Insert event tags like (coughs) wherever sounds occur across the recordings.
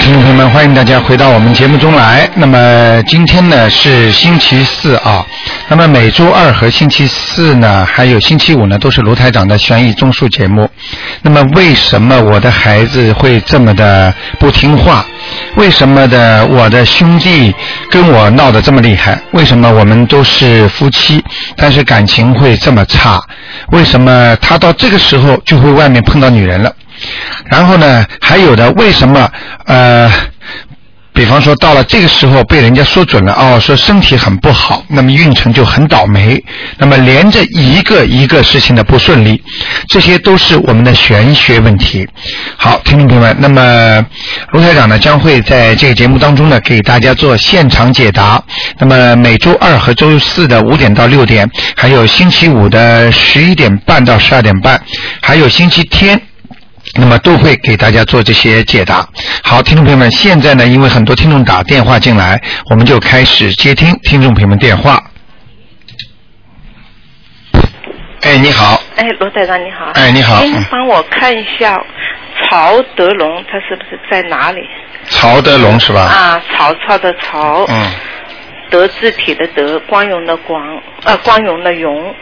听众朋友们，欢迎大家回到我们节目中来。那么今天呢是星期四啊，那么每周二和星期四啊呢，还有星期五呢，都是卢台长的悬疑综述节目。那么为什么我的孩子会这么的不听话？为什么的我的兄弟跟我闹得这么厉害？为什么我们都是夫妻，但是感情会这么差？为什么他到这个时候就会外面碰到女人了？然后呢，还有的为什么呃，比方说到了这个时候被人家说准了哦，说身体很不好，那么运程就很倒霉，那么连着一个一个事情的不顺利，这些都是我们的玄学问题。好，听众朋友们，那么卢台长呢将会在这个节目当中呢给大家做现场解答。那么每周二和周四的五点到六点，还有星期五的十一点半到十二点半，还有星期天。那么都会给大家做这些解答。好，听众朋友们，现在呢，因为很多听众打电话进来，我们就开始接听听众朋友们电话。哎，你好，哎，罗台长你好。哎你好您嗯帮我看一下曹德龙他是不是在哪里？曹德龙是吧？啊，曹操的曹，嗯，德字体的德，光荣的光，呃，光荣的荣，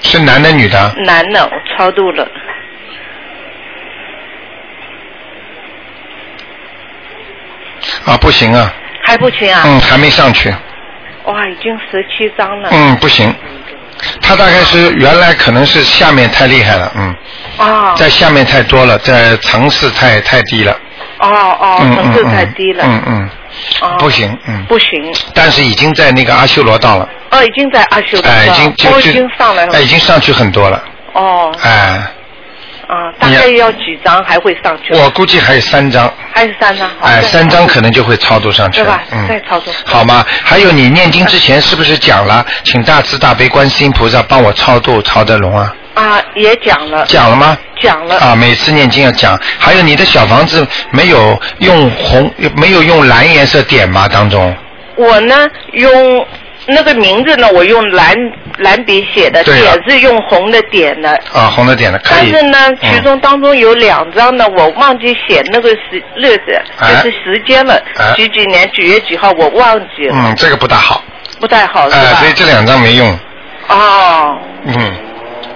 是男的女的？男的我超度了。啊，不行啊，还不行啊？嗯，还没上去，哇，已经十七章了。嗯，不行。他大概是原来可能是下面太厉害了，嗯，哦在下面太多了，在层次太太低了，哦哦，嗯程嗯度嗯，太低了。嗯嗯，哦不行，嗯，不行，但是已经在那个阿修罗道了。哦，已经在二修了。哎，已经就哦，就已经上来了。哎，已经上去很多了，哦，哎，啊，大概要几张还会上去？我估计还有三张，还是三张？好哎，再三张可能就会超度上去哦对了吧，？再嗯，操作。好吗？还有你念经之前是不是讲了，请大慈大悲观世音菩萨帮我超度曹德龙啊？啊，也讲了，讲了吗？讲了。啊，每次念经要讲。还有你的小房子没有用红，没有用蓝颜色点吗？当中，我呢用那个名字呢，我用蓝蓝笔写的，对啊点是用红的点的。啊，红的点的可但以。是呢，嗯其中当中有两张呢，我忘记写那个时日子，哎就是时间了哎，几几年几月几号，我忘记了，嗯，这个不大好，不太好是哎，吧所以？这两张没用，哦，嗯，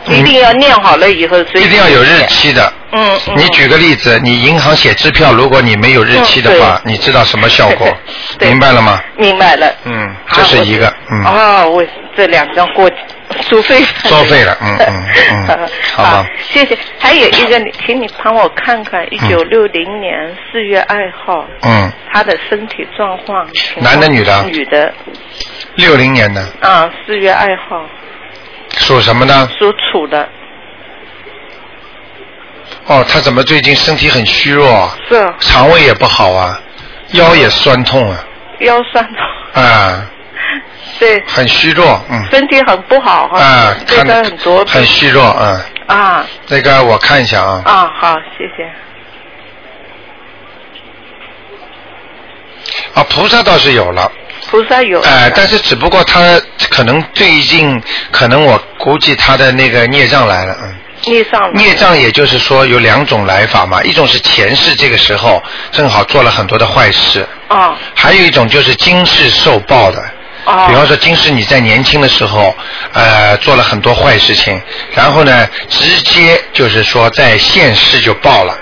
一定要念好了以后，所以一定要有日期的。嗯嗯。你举个例子，你银行写支票，如果你没有日期的话，你知道什么效果？嗯 (laughs) 对明白了吗？明白了。嗯，啊这是一个，我嗯，哦，我这两张过收费了。作废了嗯嗯嗯好吧 (laughs) 好，谢谢。还有一个，你请你帮我看看一九六零年四月二号嗯，他的身体状况。请男的女的女的六零年的啊，四月二号属什么呢？属鼠的，哦，他怎么最近身体很虚弱，是啊肠胃也不好啊，腰也酸痛啊，腰酸痛，啊，对，很虚弱，嗯，身体很不好啊哈，，哦对看他得很多病很虚弱，嗯，啊那个我看一下啊，啊，好，谢谢。啊，菩萨倒是有了。菩萨有哎、但是是只不过他可能最近，可能我估计他的那个孽障来了，嗯，逆上了孽障也就是说有两种来法嘛，一种是前世这个时候正好做了很多的坏事，啊还有一种就是今世受报的。啊，比方说，今世你在年轻的时候，呃，做了很多坏事情，然后呢，直接就是说在现世就报了，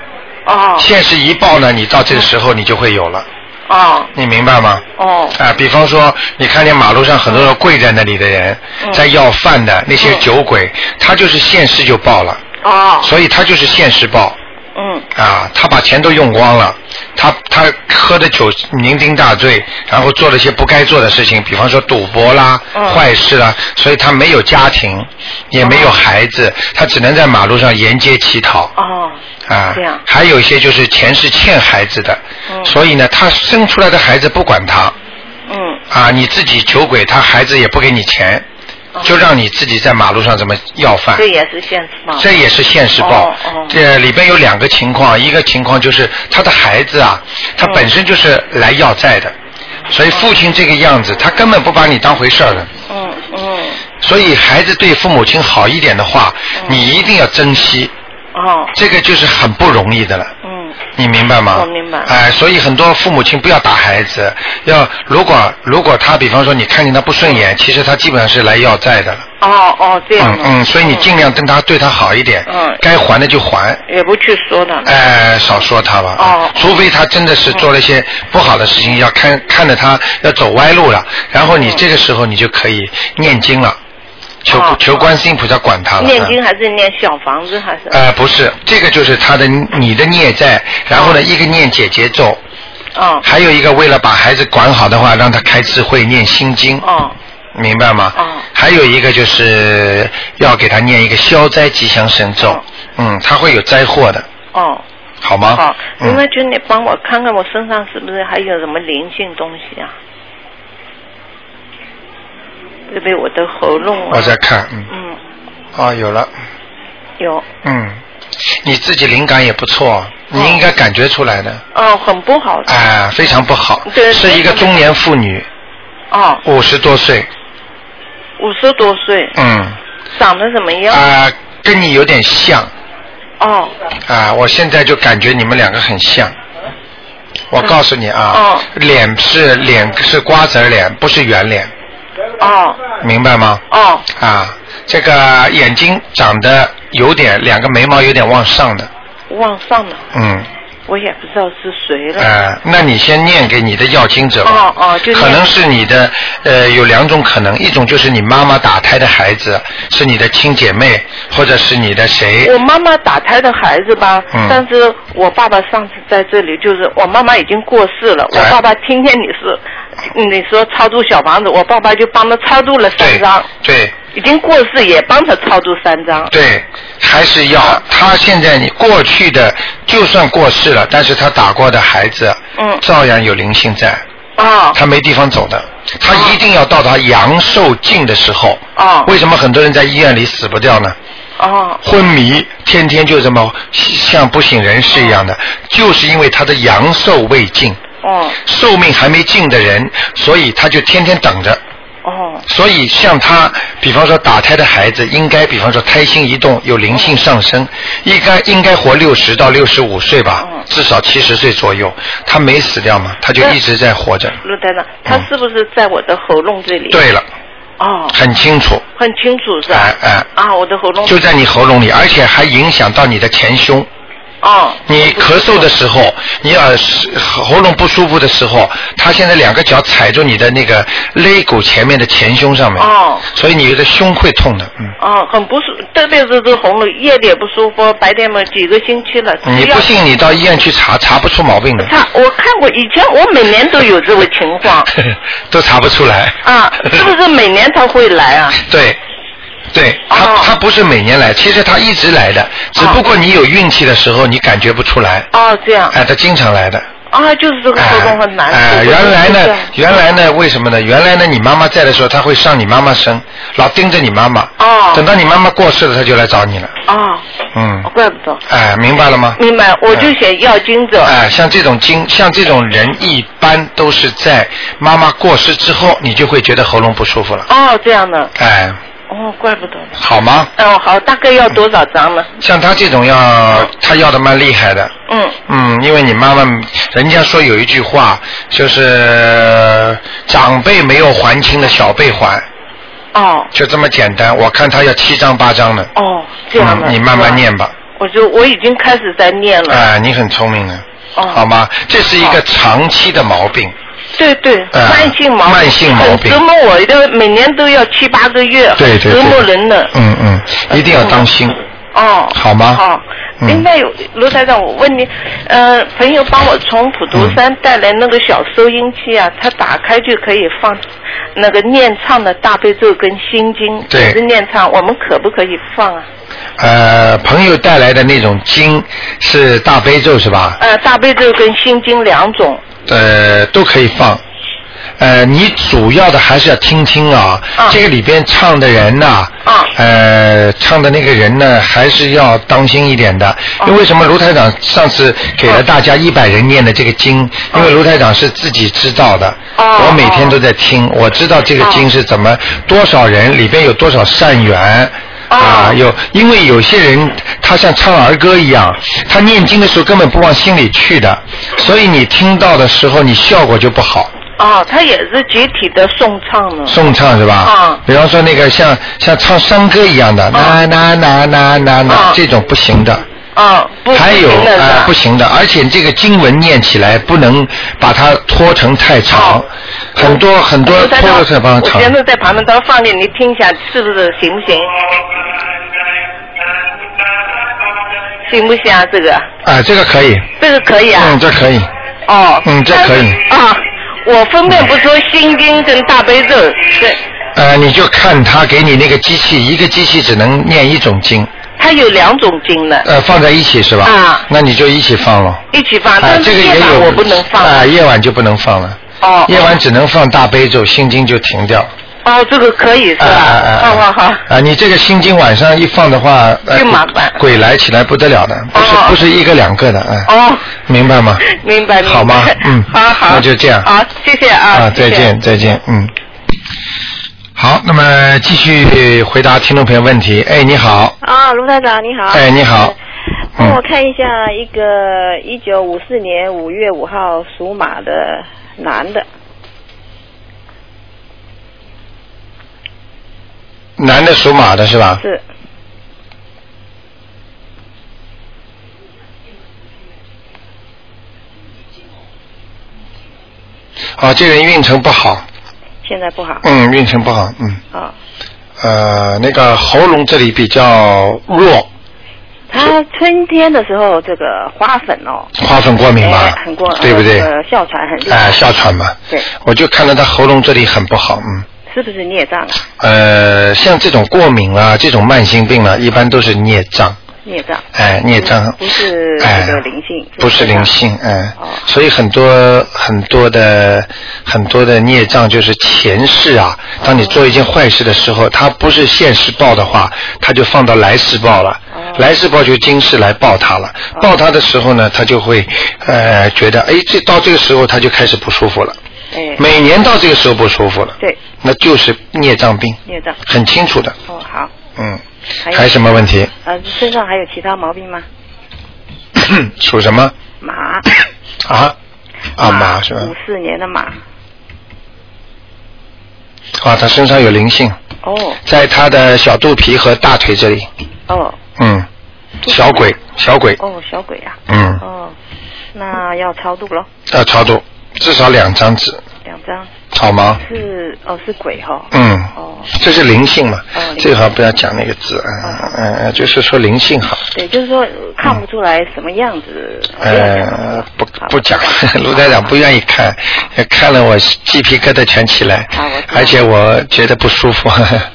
哦现世一报呢，你到这个时候你就会有了，哦你明白吗？哦啊，比方说，你看见马路上很多人跪在那里的人，嗯在要饭的那些酒鬼，他就是现世就报了，哦，所以他就是现世报嗯啊，他把钱都用光了，他他喝的酒酩酊大醉，然后做了一些不该做的事情，比方说赌博啦、嗯坏事啦，所以他没有家庭，也没有孩子，他只能在马路上沿街乞讨。哦啊这样，还有一些就是前世欠孩子的，嗯所以呢，他生出来的孩子不管他，嗯啊，你自己酒鬼，他孩子也不给你钱，哦就让你自己在马路上怎么要饭这。也是现实嘛。这也是现实报哦哦，这里边有两个情况，一个情况就是他的孩子啊，他嗯本身就是来要债的，所以父亲这个样子，他根本不把你当回事儿的。嗯嗯所以孩子对父母亲好一点的话，嗯你一定要珍惜，哦这个就是很不容易的了。嗯你明白吗？我明白哎，所以很多父母亲不要打孩子，要如果如果他比方说你看见他不顺眼，其实他基本上是来要债的了。哦哦，这样嗯啊。嗯，所以你尽量跟他对他好一点，嗯该还的就还，也不去说了。哎，少说他吧。啊哦嗯除非他真的是做了一些不好的事情，要看看着他要走歪路了，然后你这个时候你就可以念经了，求、哦求观世音菩萨管他了。念嗯经还是念小房子还是？呃，不是，这个就是他的你的孽债，然后呢，一个念解节咒，哦还有一个为了把孩子管好的话，让他开智慧念心经，哦明白吗？哦还有一个就是要给他念一个消灾吉祥神咒哦，嗯，他会有灾祸的，哦，好吗？好。嗯另外，就你帮我看看我身上是不是还有什么灵性东西啊？对不对？我的喉咙啊。我在看，嗯，嗯，啊，有了，有。嗯，你自己灵感也不错，你应该感觉出来的，哦，很不好的。哎、非常不好，对是一个中年妇女，哦，五十多岁，五十多岁，嗯，长得怎么样？啊、跟你有点像，哦啊，我现在就感觉你们两个很像。我告诉你啊，哦脸是脸是瓜子儿脸，不是圆脸，哦明白吗？哦啊，这个眼睛长得有点，两个眉毛有点往上的，往上了，嗯，我也不知道是谁了。呃，那你先念给你的要经者吧。哦哦就念可能是你的，呃，有两种可能，一种就是你妈妈打胎的孩子，是你的亲姐妹，或者是你的谁，我妈妈打胎的孩子吧，嗯但是我爸爸上次在这里，就是我妈妈已经过世了，哎我爸爸听见你是你说超度小房子，我爸爸就帮他超度了三对张，对，已经过世也帮他超度三张。对，还是要他现在你过去的就算过世了，但是他打过的孩子，嗯照样有灵性在，哦他没地方走的，他一定要到他阳寿尽的时候。哦为什么很多人在医院里死不掉呢？哦昏迷，天天就这么像不省人事一样的，就是因为他的阳寿未尽，哦寿命还没尽的人，所以他就天天等着。哦所以像他，比方说打胎的孩子，应该比方说胎心一动，有灵性上升，应该应该活六十到六十五岁吧嗯，至少七十岁左右。他没死掉嘛，他就一直在活着。陆台长，他嗯是不是在我的喉咙这里？对了，哦，很清楚，很清楚是吧？哎哎啊，我的喉咙。就在你喉咙里，而且还影响到你的前胸。哦。你咳嗽的时候，你耳喉咙不舒服的时候，他现在两个脚踩住你的那个肋骨前面的前胸上面，哦所以你的胸会痛的，嗯。哦，很不舒，特别是这喉咙，夜里也不舒服，白天嘛几个星期了。你只要不信，你到医院去查，查不出毛病的，他我看过，以前我每年都有这个情况都查不出来。 (laughs) 啊，是不是每年他会来啊？对，对，他、哦他不是每年来，其实他一直来的，只不过你有运气的时候，你感觉不出来。哦，这样哎，他经常来的。啊，就是这个哎活动很难。哎，我就原来是这呢样，原来呢，为什么呢？原来呢，你妈妈在的时候，他会上你妈妈身，老盯着你妈妈。哦等到你妈妈过世了，他就来找你了。哦，嗯。怪不得。哎，明白了吗？明白，我就写要经者。哎，像这种经，像这种人，一般都是在妈妈过世之后，你就会觉得喉咙不舒服了。哦，这样的，哎，哦，怪不得呢。好吗？哦，好，大概要多少张呢？像他这种要，他要的蛮厉害的。嗯，嗯，因为你妈妈，人家说有一句话，就是长辈没有还清的，小辈还，哦，就这么简单。我看他要七张八张的。哦，这样的。嗯，你慢慢念是吧。吧。我就我已经开始在念了。哎，你很聪明的，哦好吗？这是一个好长期的毛病。对对，呃慢性毛病，慢性毛病很折磨我的，每年都要七八个月，对对折磨对。人的。嗯嗯，一定要当心。哦，好吗好，嗯另外有罗台长，我问你，呃，朋友帮我从普陀山带来那个小收音器啊，它打开就可以放那个念唱的大悲咒跟心经，对只是念唱，我们可不可以放啊？呃，朋友带来的那种经是大悲咒是吧？呃，大悲咒跟心经两种，呃，都可以放。呃，你主要的还是要听听啊，嗯这个里边唱的人呐、嗯呃，唱的那个人呢，还是要当心一点的。嗯因为什么？卢台长上次给了大家一百人念的这个经，因为卢台长是自己知道的，哦我每天都在听，我知道这个经是怎么多少人里边有多少善缘。啊，有，因为有些人他像唱儿歌一样，他念经的时候根本不往心里去的，所以你听到的时候，你效果就不好。哦，他也是集体的颂唱呢。颂唱是吧？啊比方说那个像像唱山歌一样的，呐啊呐呐呐呐呐啊，这种不行的。哦啊，不还有不行的是啊、吧不行的，而且这个经文念起来不能把它拖成太长哦，很多很多卢台拖长得太方哎我长。现在在旁边都放给你听一下，是不是行不行？行不行啊？这个，啊，这个可以，这个可以啊。嗯，这可以，哦。嗯这可以但是啊，我分辨不出心经跟大悲咒是，呃，你就看他给你那个机器，一个机器只能念一种经，它有两种经的，呃，放在一起是吧？啊那你就一起放了。一起放，啊，但这是个夜也有晚我不能放。啊，夜晚就不能放了，哦。夜晚只能放大悲咒，心经就停掉。哦，这个可以是吧？啊啊啊！好好好。啊，你这个心经晚上一放的话，呃就麻烦鬼来起来不得了的，不是哦不是一个两个的，啊，哦，明白吗？明白明白。好吗？嗯，好好。那就这样。好，谢谢啊。啊，再谢谢见，再见，嗯。好，那么继续回答听众朋友问题。哎，你好，啊，卢台长你好。哎你好呃嗯帮我看一下一个一九五四年五月五号属马的男的，男的属马的是吧？是啊，这人运程不好，现在不好。嗯，运程不好，嗯，啊，呃，那个喉咙这里比较弱，他春天的时候这个花粉哦，花粉过敏吧哎，很过，对不对？呃，哮喘很厉哎、害，哮喘嘛，对，我就看到他喉咙这里很不好，嗯，是不是孽障啊？呃，像这种过敏啊，这种慢性病啊，一般都是孽障，孽障。哎，孽障，不是哎这个灵性不是灵性，哎哦，所以很多很多的很多的孽障就是前世啊，当你做一件坏事的时候，它不是现世报的话，它就放到来世报了哦，来世报就今世来报它了，报它的时候呢，它就会呃觉得，哎，这到这个时候它就开始不舒服了，哎，每年到这个时候不舒服了，对，那就是孽障病，孽障。很清楚的，哦，好。嗯，还有还有什么问题？ (coughs) 呃，身上还有其他毛病吗？属什么马。啊？啊马是吧？五四年的马。啊，他身上有灵性，哦在他的小肚皮和大腿这里，哦嗯，小鬼，小鬼，哦，小鬼啊。嗯，哦，那要超度咯，要呃超度，至少两张纸，两张好吗？是哦是鬼哈、嗯，哦，这是灵性嘛哦，灵哦最好不要讲那个字，嗯嗯，嗯就是说灵性好，对，就是说呃看不出来什么样子。嗯呃，不好不讲， (laughs) 卢台台长不愿意看，看了我鸡皮疙瘩全起来啊我知道，而且我觉得不舒服，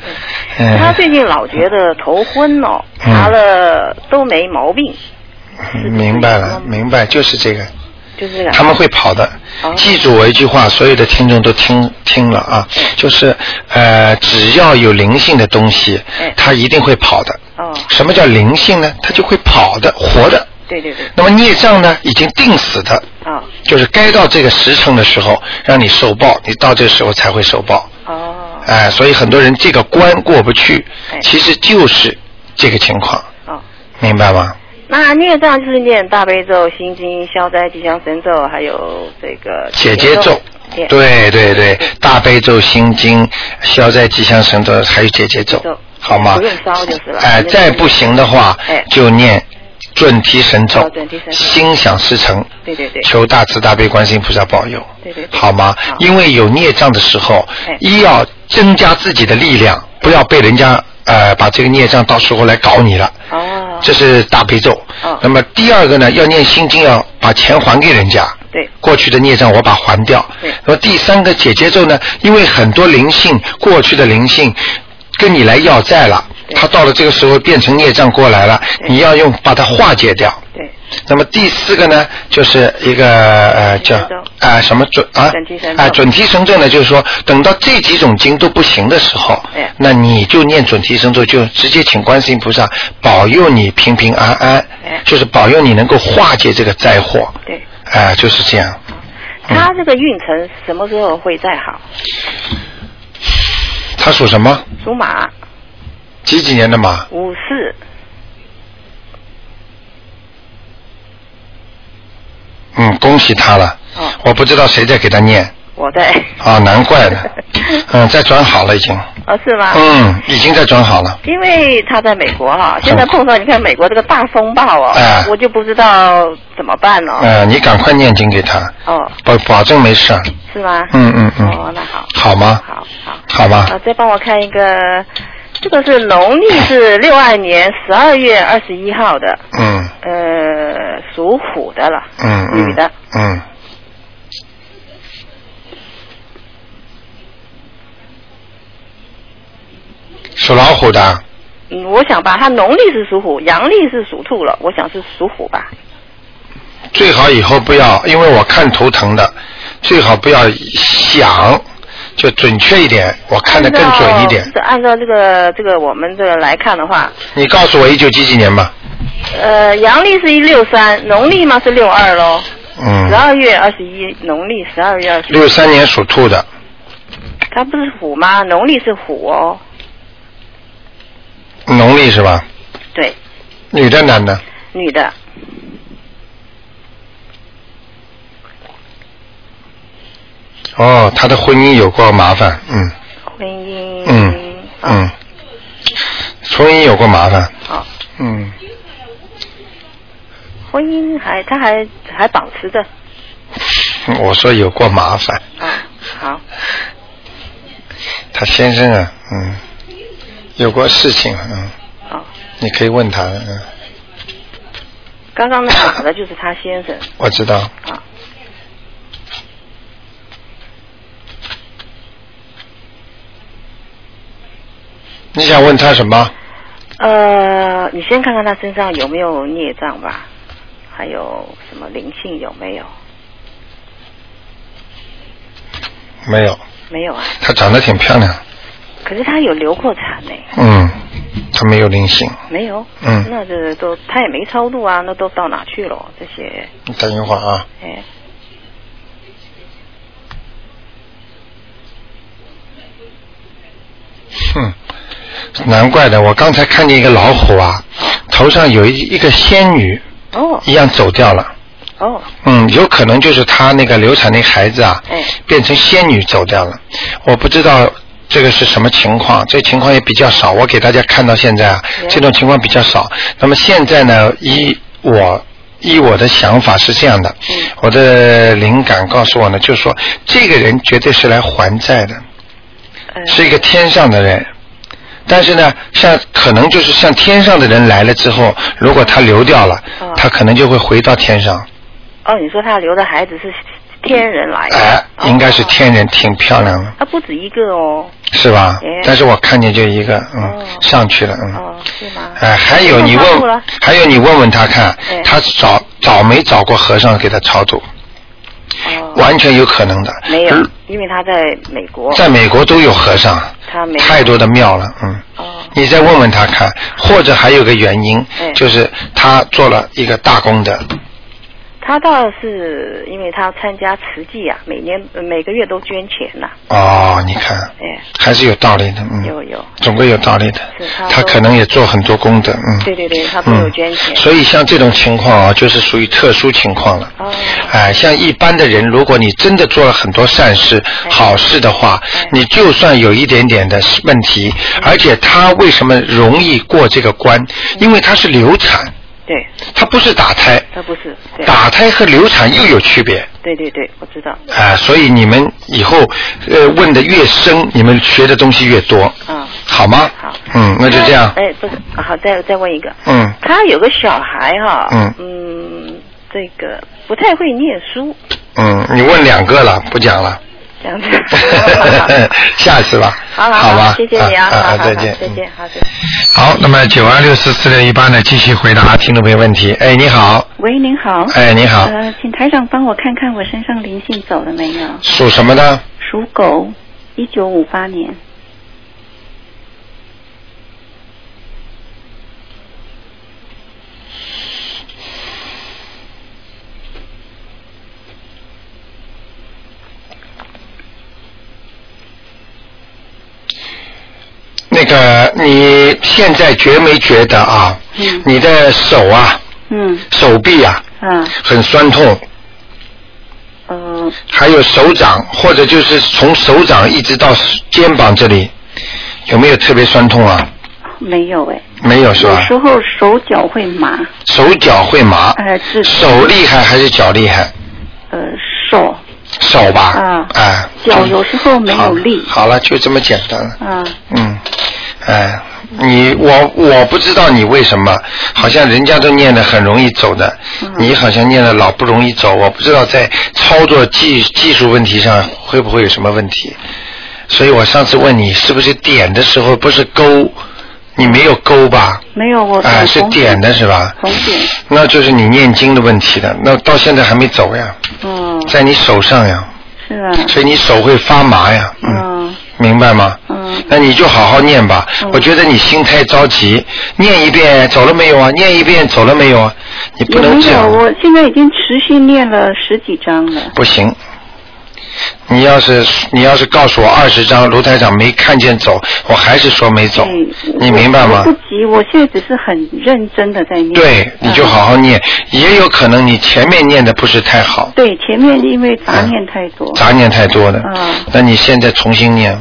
(laughs) 嗯，他最近老觉得头昏哦，嗯查了都没毛病，明白了，嗯明白，就是这个，就是这个。他们会跑的哦。记住我一句话，所有的听众都听听了啊，嗯就是呃，只要有灵性的东西哎，它一定会跑的。哦，什么叫灵性呢？它就会跑的，活的。对对对，那么孽障呢，已经定死的，哦就是该到这个时辰的时候，让你受报，你到这时候才会受报。哦哎、所以很多人这个关过不去哎，其实就是这个情况，哦。明白吗？那孽障就是念大悲咒、心经、消灾吉祥神咒，还有这个姐姐咒。姐对对对，大悲咒、心经、消灾吉祥神咒，还有姐姐咒咒，好吗？不用烧就是了哎、反正再不行的话，哎就念准提神咒哦准提，神咒心想事成，对对对，求大慈大悲观世音菩萨保佑，对对对好吗？好因为有孽障的时候哎，一要增加自己的力量，不要被人家呃把这个孽障到时候来搞你了。哦，这是大悲咒。哦那么第二个呢，要念心经，要把钱还给人家。对过去的孽障我把还掉对。那么第三个解结咒呢，因为很多灵性，过去的灵性跟你来要债了，对他到了这个时候变成孽障过来了，对你要用把它化解掉。对，那么第四个呢，就是一个呃叫准提啊神咒、什么准啊准提神咒啊准提神咒呢，就是说等到这几种经都不行的时候对，那你就念准提神咒，就直接请观世音菩萨保佑你平平安安对，就是保佑你能够化解这个灾祸。对，啊、就是这样。嗯他这个运程什么时候会再好？他属什么？属马，几几年的马？五四，嗯，恭喜他了。哦，我不知道谁在给他念 (laughs) 我在，啊，难怪呢。 (laughs) 嗯，再转好了已经。哦，是吗？嗯，已经在转好了。因为他在美国哈、现在碰到你看美国这个大风暴哦，哎我就不知道怎么办哦。呃，你赶快念经给他，哦，保保证没事儿。是吗？嗯嗯哦，嗯，那好，好吗？好好。好吧。啊，再帮我看一个，这个是农历是六二年十二月二十一号的，嗯呃，属虎的了，嗯嗯。女的，嗯。属老虎的，嗯，我想吧，她农历是属虎，阳历是属兔了，我想是属虎吧。最好以后不要，因为我看头疼的，最好不要想，就准确一点，我看得更准一点按。照按照这个这个我们这个来看的话，你告诉我一九几几年吧。呃，阳历是一六三，农历嘛是六二喽，十嗯，二月二十一，农历十二月二十一，六三年属兔的，它不是虎吗？农历是虎哦，农历是吧？对，女的男的？女的，哦，他的婚姻有过麻烦，嗯婚姻，嗯啊嗯，婚姻有过麻烦，好，嗯，婚姻还他还还保持着，我说有过麻烦，啊，好，他先生啊，嗯，有过事情，嗯，啊，你可以问他，嗯，刚刚那打的就是他先生，我知道，啊，你想问他什么？呃，你先看看他身上有没有孽障吧，还有什么灵性有没有？没有，没有啊，她长得挺漂亮，可是他有流过产呢、嗯，她没有灵性，没有，嗯那这都他也没超度啊，那都到哪去了？这些，你等一会儿啊，哎，哼，难怪的，我刚才看见一个老虎啊，头上有一一个仙女哦一样走掉了。哦，嗯，有可能就是她那个流产那孩子啊，哎变成仙女走掉了。我不知道这个是什么情况，这情况也比较少。我给大家看到现在啊，嗯这种情况比较少。那么现在呢，依我。依我的想法是这样的，嗯我的灵感告诉我呢，就是说这个人绝对是来还债的，呃，是一个天上的人，但是呢，像可能就是像天上的人来了之后，如果他流掉了哦，他可能就会回到天上。哦，你说他留的孩子是天人来的，哎，哦啊应该是，天人，挺漂亮的，他不止一个哦，是吧哎？但是我看见就一个，哦嗯，上去了，嗯。哦，是吗？哎，还有你那他住问了，还有你问问他看哎，他找找没找过和尚给他超度，哦，完全有可能的。没有哦嗯，因为他在美国，在美国都有和尚，他没有太多的庙了，嗯。哦，你再问问他看，或者还有个原因哎，就是他做了一个大功德，他倒是因为他参加慈济啊，每年呃每个月都捐钱呐、哦，你看，哎，还是有道理的，嗯。有有，总归有道理的是他，他都可能也做很多功德，嗯。对对对，他都有捐钱嗯。，所以像这种情况啊，就是属于特殊情况了。哦，哎，像一般的人，如果你真的做了很多善事、哎好事的话哎，你就算有一点点的问题，嗯而且他为什么容易过这个关？因为他是流产，对，他不是打胎，他不是，对，打胎和流产又有区别。对对对，我知道，啊，所以你们以后呃问的越深，你们学的东西越多，啊，好吗？好嗯，那就这样。哎，不是，好，再再问一个，嗯，他有个小孩哈、嗯嗯，这个不太会念书，嗯，你问两个了，不讲了。。这样子 (laughs) 下次吧，好好好吧，谢谢你啊，啊好好啊，好再见，再嗯见，好，再见。好，那么九二六四四六一八呢，继续回答听众朋友问题。哎，你好，喂，您好。嗯哎，你好，呃，请台长帮我看看我身上灵性走了没有？属什么的？属狗，一九五八年。那个你现在觉没觉得啊？嗯你的手啊，嗯手臂啊，啊很酸痛，呃还有手掌，或者就是从手掌一直到肩膀这里，有没有特别酸痛啊？没有哎，没有是有吧？时候手脚会麻，手脚会麻，呃是手厉害还是脚厉害？呃手手吧，啊哎，脚有时候没好有力好了，就这么简单了。啊嗯，哎，你我我不知道你为什么，好像人家都念的很容易走的，嗯你好像念的老不容易走，我不知道在操作技技术问题上会不会有什么问题。所以我上次问你是不是点的时候不是勾，你没有勾吧？没有我哎，是从点的是吧？从点那就是你念经的问题了，那到现在还没走呀，哦在你手上呀，是啊 (laughs) 所以你手会发麻呀，嗯，嗯明白吗？嗯那你就好好念吧嗯。我觉得你心太着急，念一遍走了没有啊？念一遍走了没有啊？你不有能没这有？样，我现在已经持续念了十几章了。不行。你要是你要是告诉我二十张卢台长没看见走，我还是说没走对，你明白吗哎嗯我？不急，我现在只是很认真的在嗯念。对，你就好好念。也有可能你前面念的不是太好嗯。，对，前面因为杂念太多。杂念太多了。嗯那你现在重新念，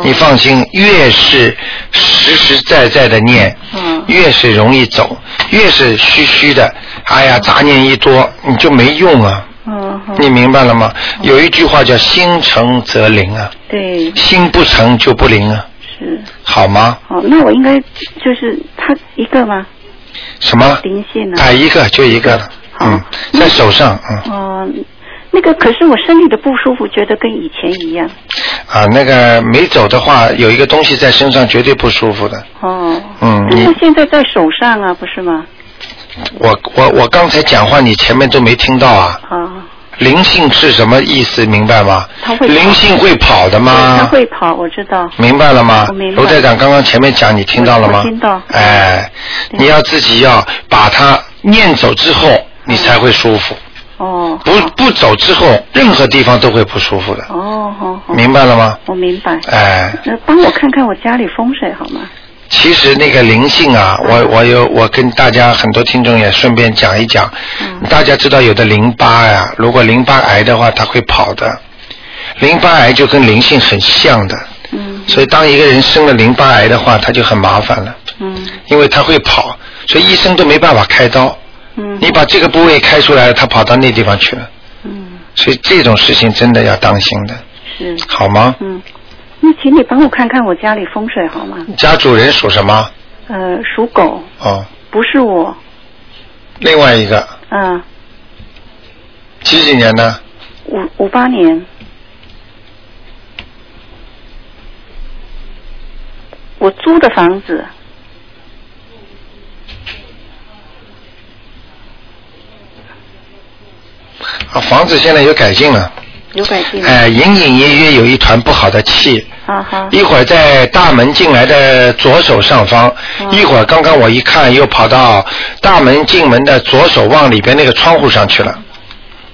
嗯你放心，越是实实在在的念，嗯越是容易走，越是虚虚的。哎呀，杂念一多，你就没用啊。嗯嗯你明白了吗？有一句话叫“心诚则灵”啊，对心不诚就不灵啊，是好吗？哦，那我应该就是他一个吗？什么？灵性呢？哎，一个就一个了，好嗯，在手上，嗯哦，那个可是我身体的不舒服，觉得跟以前一样。啊，那个没走的话，有一个东西在身上绝对不舒服的。哦， (laughs) 嗯但你是现在在手上啊，不是吗？我我我刚才讲话，你前面都没听到啊。啊，灵性是什么意思？明白吗它？会跑灵性会跑的对他吗？会跑，我知道。明白了吗我明？白卢队长刚刚前面讲，你听到了吗？我听到哎，对嗯你要自己要把它念走之后，你才会舒服。哦，不不走之后，任何地方都会不舒服的好。哦，好好，明白了吗？我明白。哎，那帮我看看我家里风水好吗？其实那个灵性啊，嗯我我有我跟大家很多听众也顺便讲一讲，嗯大家知道有的淋巴呀、如果淋巴癌的话，它会跑的，淋巴癌就跟灵性很像的，嗯所以当一个人生了淋巴癌的话，他就很麻烦了，嗯因为他会跑，所以医生都没办法开刀，嗯你把这个部位开出来了，他跑到那地方去了，嗯所以这种事情真的要当心的，是好吗？嗯，那请你帮我看看我家里风水好吗？家主人属什么？呃，属狗，哦，不是我，另外一个嗯、几几年呢？五五八年，我租的房子，啊，房子现在有改进了。有改进吗？哎，隐隐约约有一团不好的气，啊哈，一会儿在大门进来的左手上方，嗯一会儿刚刚我一看又跑到大门进门的左手往里边那个窗户上去了。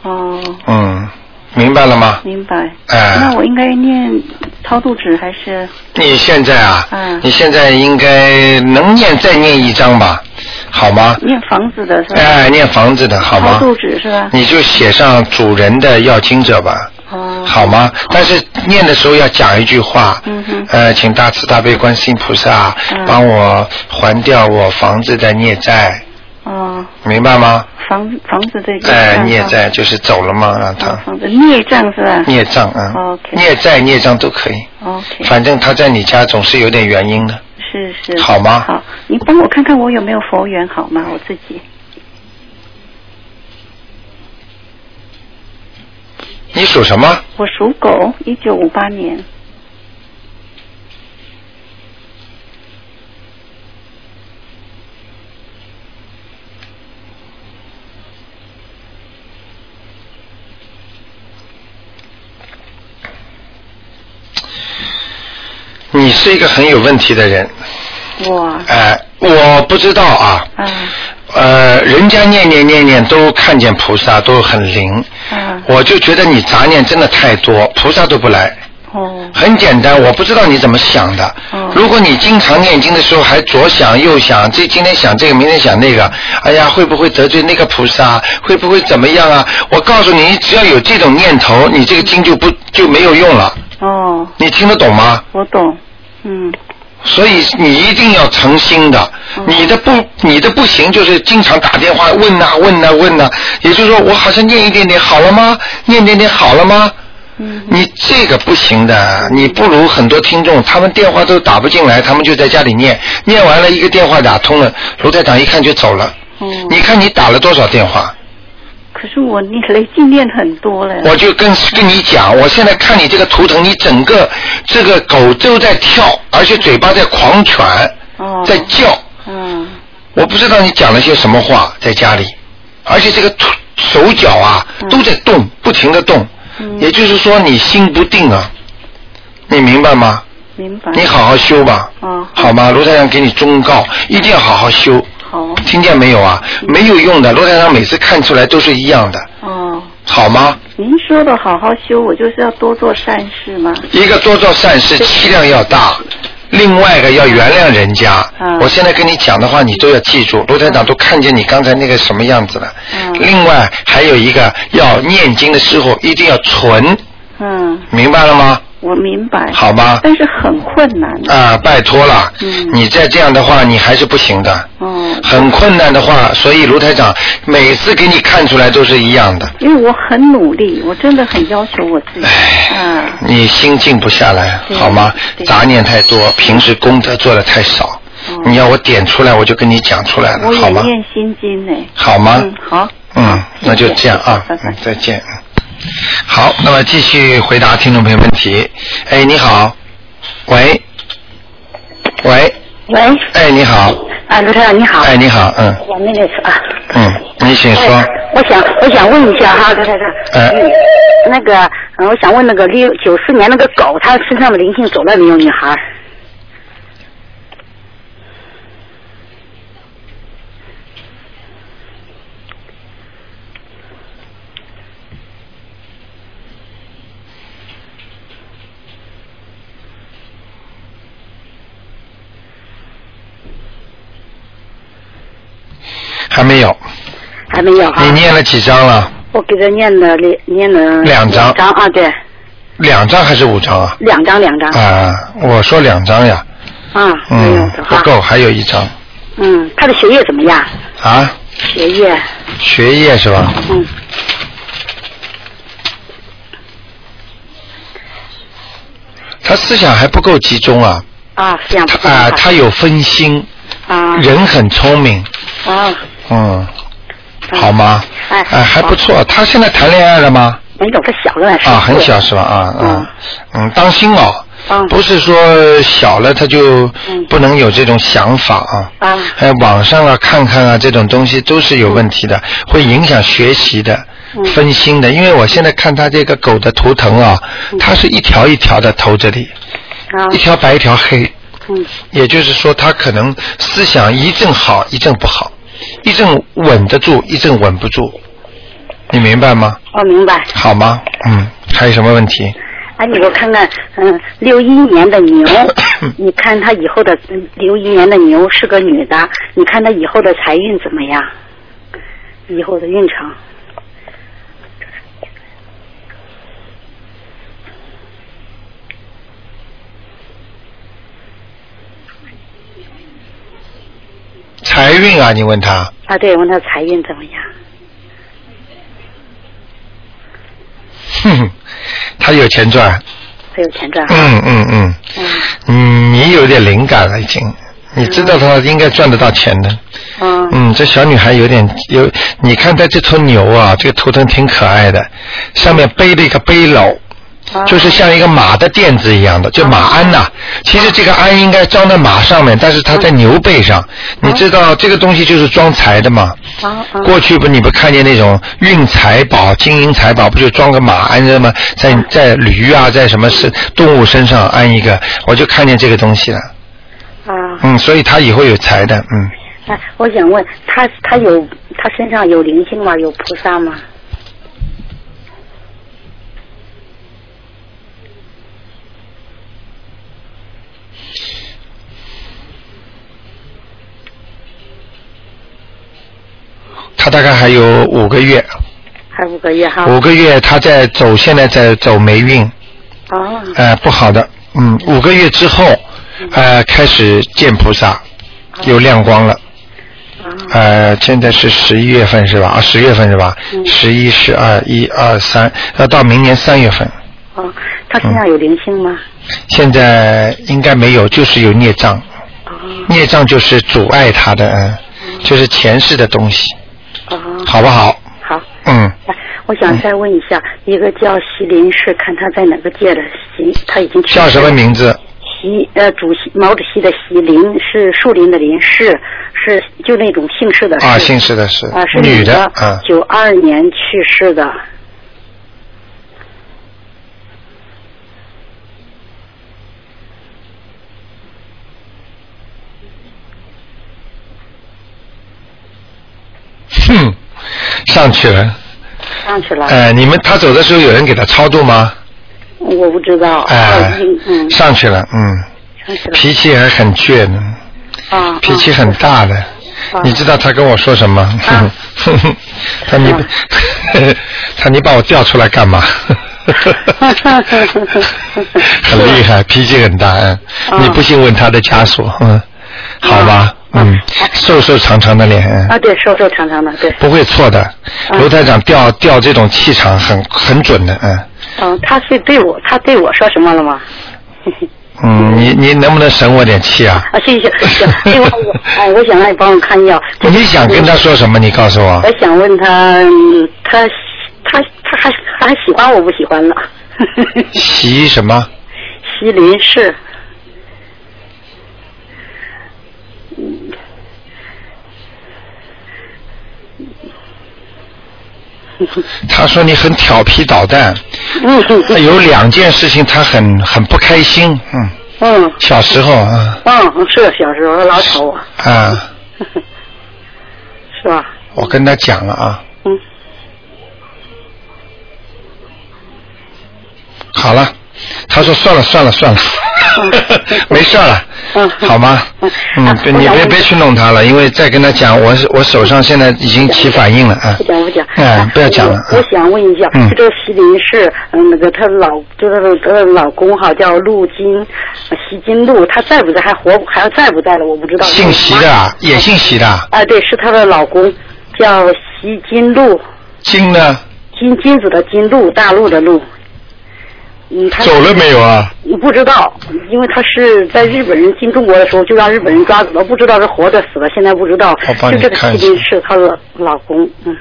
哦，嗯，明白了吗？明白。哎那我应该念超度纸还是？你现在啊，嗯你现在应该能念再念一张吧，好吗？念房子的是吧？哎，念房子的好超吗？度纸是吧？你就写上主人的要经者吧。哦，好吗？但是念的时候要讲一句话，嗯哼呃，请大慈大悲观世音菩萨、嗯帮我还掉我房子的孽债，哦，明白吗？房房子的业哎、障孽哈债就是走了嘛，让哦他，房子孽障是吧？孽障啊，哦 OK 孽债孽障都可以， OK，反正他在你家总是有点原因的。是是。好吗好，你帮我看看我有没有佛缘好吗？我自己。你属什么？我属狗，一九五八年。你是一个很有问题的人，我啊哎、我不知道啊，啊呃，人家念念念念都看见菩萨，都很灵，啊我就觉得你杂念真的太多，菩萨都不来。哦很简单，我不知道你怎么想的。哦如果你经常念经的时候还左想右想，这今天想这个，明天想那个，哎呀，会不会得罪那个菩萨？会不会怎么样啊？我告诉你，你只要有这种念头，你这个经就不就没有用了。哦，你听得懂吗？我懂，嗯，所以你一定要诚心的，你的不你的不行就是经常打电话问呐、问呐、问呐、也就是说我好像念一点点好了吗？念一点点好了吗？嗯你这个不行的，你不如很多听众，他们电话都打不进来，他们就在家里念，念完了一个电话打通了，卢台长一看就走了。哦，嗯你看你打了多少电话？可是我你累计念很多嗯了，我就跟跟你讲，我现在看你这个图腾，你整个这个狗都在跳，而且嘴巴在狂喘，哦，在叫。嗯，我不知道你讲了些什么话在家里，而且这个腿手脚啊都在动，不停的动，嗯也就是说你心不定啊，你明白吗？明白，你好好修吧，哦，好吗？罗太长给你忠告，嗯一定要好好修，好，听见没有啊？嗯没有用的，罗太长每次看出来都是一样的，哦，好吗？您说的好好修，我就是要多做善事嘛，一个多做善事，气量要大。另外一个要原谅人家，嗯我现在跟你讲的话，你都要记住。罗台长都看见你刚才那个什么样子了。嗯另外还有一个，要念经的时候一定要存，嗯，明白了吗？我明白，好吗？但是很困难，啊，拜托了，嗯你再这样的话，你还是不行的，哦，很困难的话。所以卢台长每次给你看出来都是一样的，因为我很努力，我真的很要求我自己，嗯，你心静不下来，对好吗？对杂念太多，平时功德做的太少。哦你要我点出来，我就跟你讲出来我了，好也吗？啊念心经呢，好吗？嗯，好，嗯，那就这样啊，拜拜嗯，再见。好，那么继续回答听众朋友问题。哎，你好，喂，喂，喂，哎，你好，啊，卢台长你好。哎，你好，嗯我那个是啊。嗯，你请说。哎我想，我想问一下哈，卢台长。哎嗯。那个，嗯我想问那个六九四年那个狗，它身上的灵性走了没有？女孩儿。还没有，还没有哈你。念了几张了？我给他念了两念了。两张张啊，对，两张还是五张啊？两张两张。啊，我说两张呀，啊，没有嗯，走不哈。够，还有一张嗯，他的学业怎么样？啊，学业，学业是吧？嗯。他思想还不够集中啊，啊，是这样他不是啊、很好他有分心，啊人很聪明，啊，嗯，嗯好吗？哎还好不错。他现在谈恋爱了吗？没有，他小了还是啊，很小是吧？啊，嗯嗯，嗯，当心哦，嗯不是说小了他就嗯不能有这种想法啊。啊还有网上啊，看看啊，这种东西都是有问题的，会影响学习的。嗯分心的，因为我现在看他这个狗的图腾啊，嗯它是一条一条的头这里，啊一，条白一条黑，嗯也就是说，他可能思想一阵好，一阵不好，一阵稳得住，一阵稳不住，你明白吗？我明白。好吗？嗯，还有什么问题？哎，你给我看看，嗯，六一年 (laughs) 的牛，你看他以后的六一年的牛是个女的，你看他以后的财运怎么样？以后的运程财运啊，你问他， (laughs) 啊？对，问他财运怎么样？哼哼，他有钱赚，他有钱赚啊？嗯嗯嗯，嗯嗯，你有点灵感了已经，你知道他应该赚得到钱的，嗯嗯，这小女孩有点有，你看她这头牛啊，这个图腾挺可爱的，上面背了一个背篓，啊就是像一个马的垫子一样的，就马鞍呐、其实这个鞍应该装在马上面，但是它在牛背上。你知道这个东西就是装财的嘛？啊啊过去不你不看见那种运财宝、金银财宝，不就装个马鞍着吗？在在驴啊，在什么身动物身上安一个，我就看见这个东西了。啊！嗯，所以他以后有财的，嗯，哎，我想问他，他有他身上有灵性吗？有菩萨吗？大概还有五个月，还五个月哈。五个月他在走，现在在走霉运，哦，呃，不好的，嗯，五个月之后，呃，开始见菩萨，哦有亮光了。呃，现在是十一月份是吧？啊，十月份是吧？嗯十一、十二、一二三，要到明年三月份。哦，他身上有灵性吗？现在应该没有，就是有孽障，哦孽障就是阻碍他的，嗯，就是前世的东西，哦，好不好？好，哎嗯，我想再问一下，一个叫席林是看他在哪个界了？席他已经去世叫什么了名字？席呃，主席毛主席的席林是树林的林，是是就那种姓氏的啊，氏姓氏的氏啊，是女的的啊，，九二、年去世的。哼，上去了。上去了，呃，你们他走的时候有人给他超度吗？我不知道。哎、嗯嗯，上去了，嗯，上去了。脾气还很倔呢，啊，脾气很大的。啊你知道他跟我说什么？哼哼哼， (laughs) 他啊你、 (laughs) 他你把我调出来干 (laughs) 嘛？很厉害，脾气很大。嗯，啊你不信问他的家属，嗯，好吧，嗯，瘦瘦长长的脸，嗯啊，对，瘦瘦长长的，对。不会错的。卢台长调调这种气场很很准的，嗯嗯，他是对我，他对我说什么了吗？ (laughs) 嗯，你你能不能省我点气啊？啊，谢谢。行另外，我哎，我想让你帮我看一下，你想跟他说什么？你告诉我我。想问他，嗯他他他还他还喜欢我不喜欢了？ (laughs) 习什么？席林是，他说你很调皮捣蛋，嗯有两件事情他很很不开心。嗯，嗯小时候啊嗯，是小时候老吵我，啊， (laughs) 是吧？我跟他讲了啊。嗯。好了，他说算了算了算了， (laughs) 没事儿了。嗯好吗？啊嗯，别你别别去弄他了，因为再跟他讲，我是我手上现在已经起反应了啊不。讲不讲。哎啊不要讲了我我嗯想问一下，嗯这个席琳是嗯那个她老就是她的老公哈叫陆金，呃席金陆，他在不在？还活不还在不在了？我不知道。姓席的啊，也姓席的啊，啊，对，是她的老公叫席金陆，金呢？金金子的金陆，大陆的陆。嗯，他走了没有啊？你不知道，因为他是在日本人进中国的时候就让日本人抓走了，不知道是活的死的，现在不知道我。帮就你这个看一席下琳是她的老公，嗯。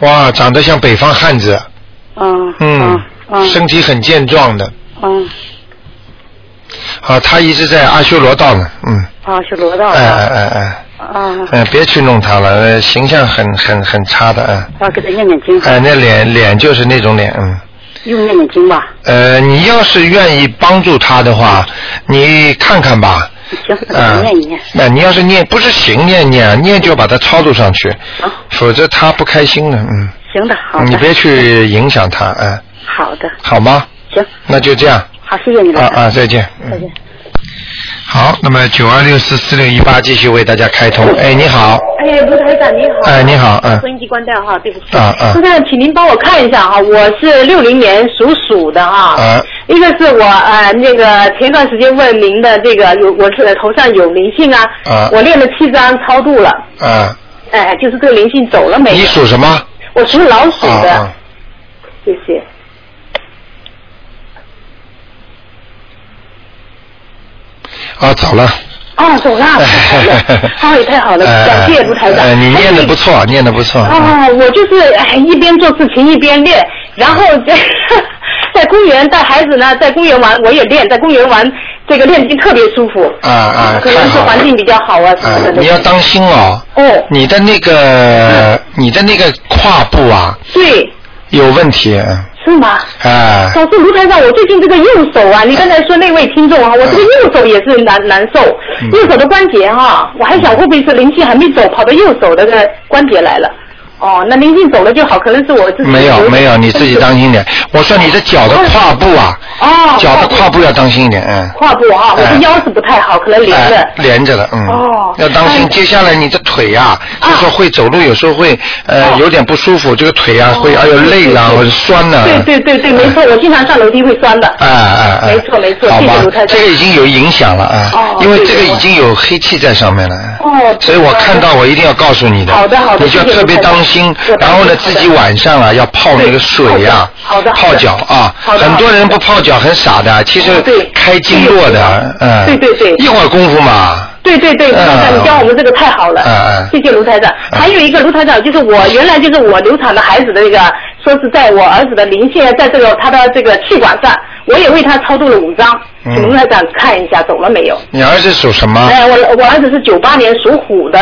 哇，长得像北方汉子，嗯嗯嗯，嗯身体很健壮的嗯，啊，他一直在阿修罗道呢，嗯，啊，修罗道哎哎啊，哎哎，啊，嗯，别去弄他了，呃形象很很很差的啊，要给他念念经，哎，那脸脸就是那种脸，嗯。用念念经吧。呃，你要是愿意帮助他的话，你看看吧。行，嗯，念一念。那你要是念，不是行念念啊，念就把它超度上去，好，否则他不开心的。嗯，行的，好你的，别去影响他，嗯，好的，好吗？行，那就这样，好，谢谢你了啊，啊，再见。嗯再见。好，那么九二六四四六一八继续为大家开通。哎，你好，哎，卢台长你好。哎，你好，嗯，收音机关掉哈，对不起。啊啊卢台长，请您帮我看一下哈，我是六零年属鼠的哈。啊一个是我呃那个前段时间问您的这个有我是头上有灵性啊，啊我练了七张超度了，啊，哎、就是这个灵性走了没你有？属什么？我属老鼠啊的，啊，谢谢。啊，走了。哦，走 (laughs) 了，太好了，哦，太好了，感谢卢台长。哎呃你哎念的不错，念的不错。啊哦，我就是哎，一边做事情一边练，然后在 (laughs) 在公园带孩子呢，在公园玩我也练，在公园玩这个练筋特别舒服。啊啊可能太是好了环境比较好啊什啊么的。，你要当心哦，哦，你的那个嗯你的那个胯部啊对，有问题啊。是吗？哎老师卢台长，我最近这个右手啊，你刚才说那位听众啊，我这个右手也是难难受，嗯啊右手的关节哈、我还想会不会是灵气还没走，跑到右手的那个关节来了？哦，那灵性走了就好，可能是我自己没有没有，你自己当心点。我说你的脚的胯部啊，哦，脚的胯胯部要当心一点，嗯。胯部啊，我哎的腰是不太好，可能连着。哎连着的，嗯，哦啊要当心。接下来你的腿呀、就说会走路，有时候会呃有点不舒服，这个腿啊会哎呦累啊，或者酸呢。哦对对对对，没错，我经常上楼梯会酸的。哎哎哎，没错没错好谢谢卢吧，太太这个已经有影响了啊，哦因为对这个我已经有黑气在上面了，啊哦所以我看到我一定要告诉你的，好的好的你就要谢谢特别卢太太当心我，然后呢当心自好的己晚上啊要泡那个水呀、好的好泡的脚啊，好的很多好的人不泡脚很傻的，其实哦对开经络的，嗯，对对对一会儿功夫嘛，对对对，卢台哎长，你教我们这个太好了，嗯嗯谢谢卢台长。还有一个卢台长，就是我原来就是我流产的孩子的那个，说是在我儿子的灵性啊在这个他的这个气管上，我也为他超度了五张，嗯啊请卢台长看一下走了没有？你儿子属什么？哎，我我儿子是九八年属虎的，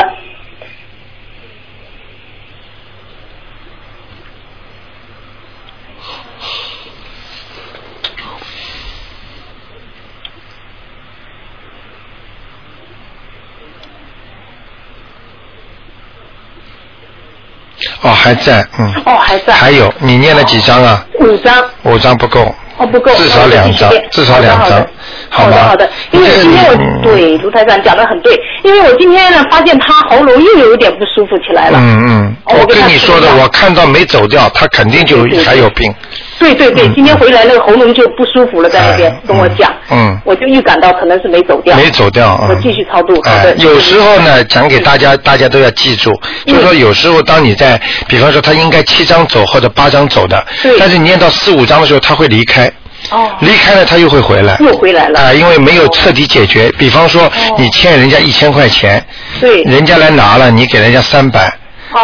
哦，还在，嗯，哦还在还有你念了几张啊？五张。五张不够，哦，不够，至少两张那我就继续，至少两张，好的吗？好的，因为这个今天我、嗯对卢台长讲的很对，因为我今天呢发现他喉咙又有一点不舒服起来了。嗯哦嗯，我我跟跟你他说的说，了我看到没走掉，他肯定就对对还有病。对对对，今天回来那个喉咙就不舒服了，在那边、嗯哎跟我讲，嗯嗯我就预感到可能是没走掉，没走掉啊！嗯我继续超度好哎的嗯有时候呢，讲给大家，大家都要记住，就是说有时候当你在，比方说他应该七张走或者八张走的对，但是你念到四五张的时候，他会离开。哦离开了，他又会回来。又回来了哦啊、因为没有彻底解决。比方说，你欠人家一千块钱，对人家来拿了，你给人家三百、哦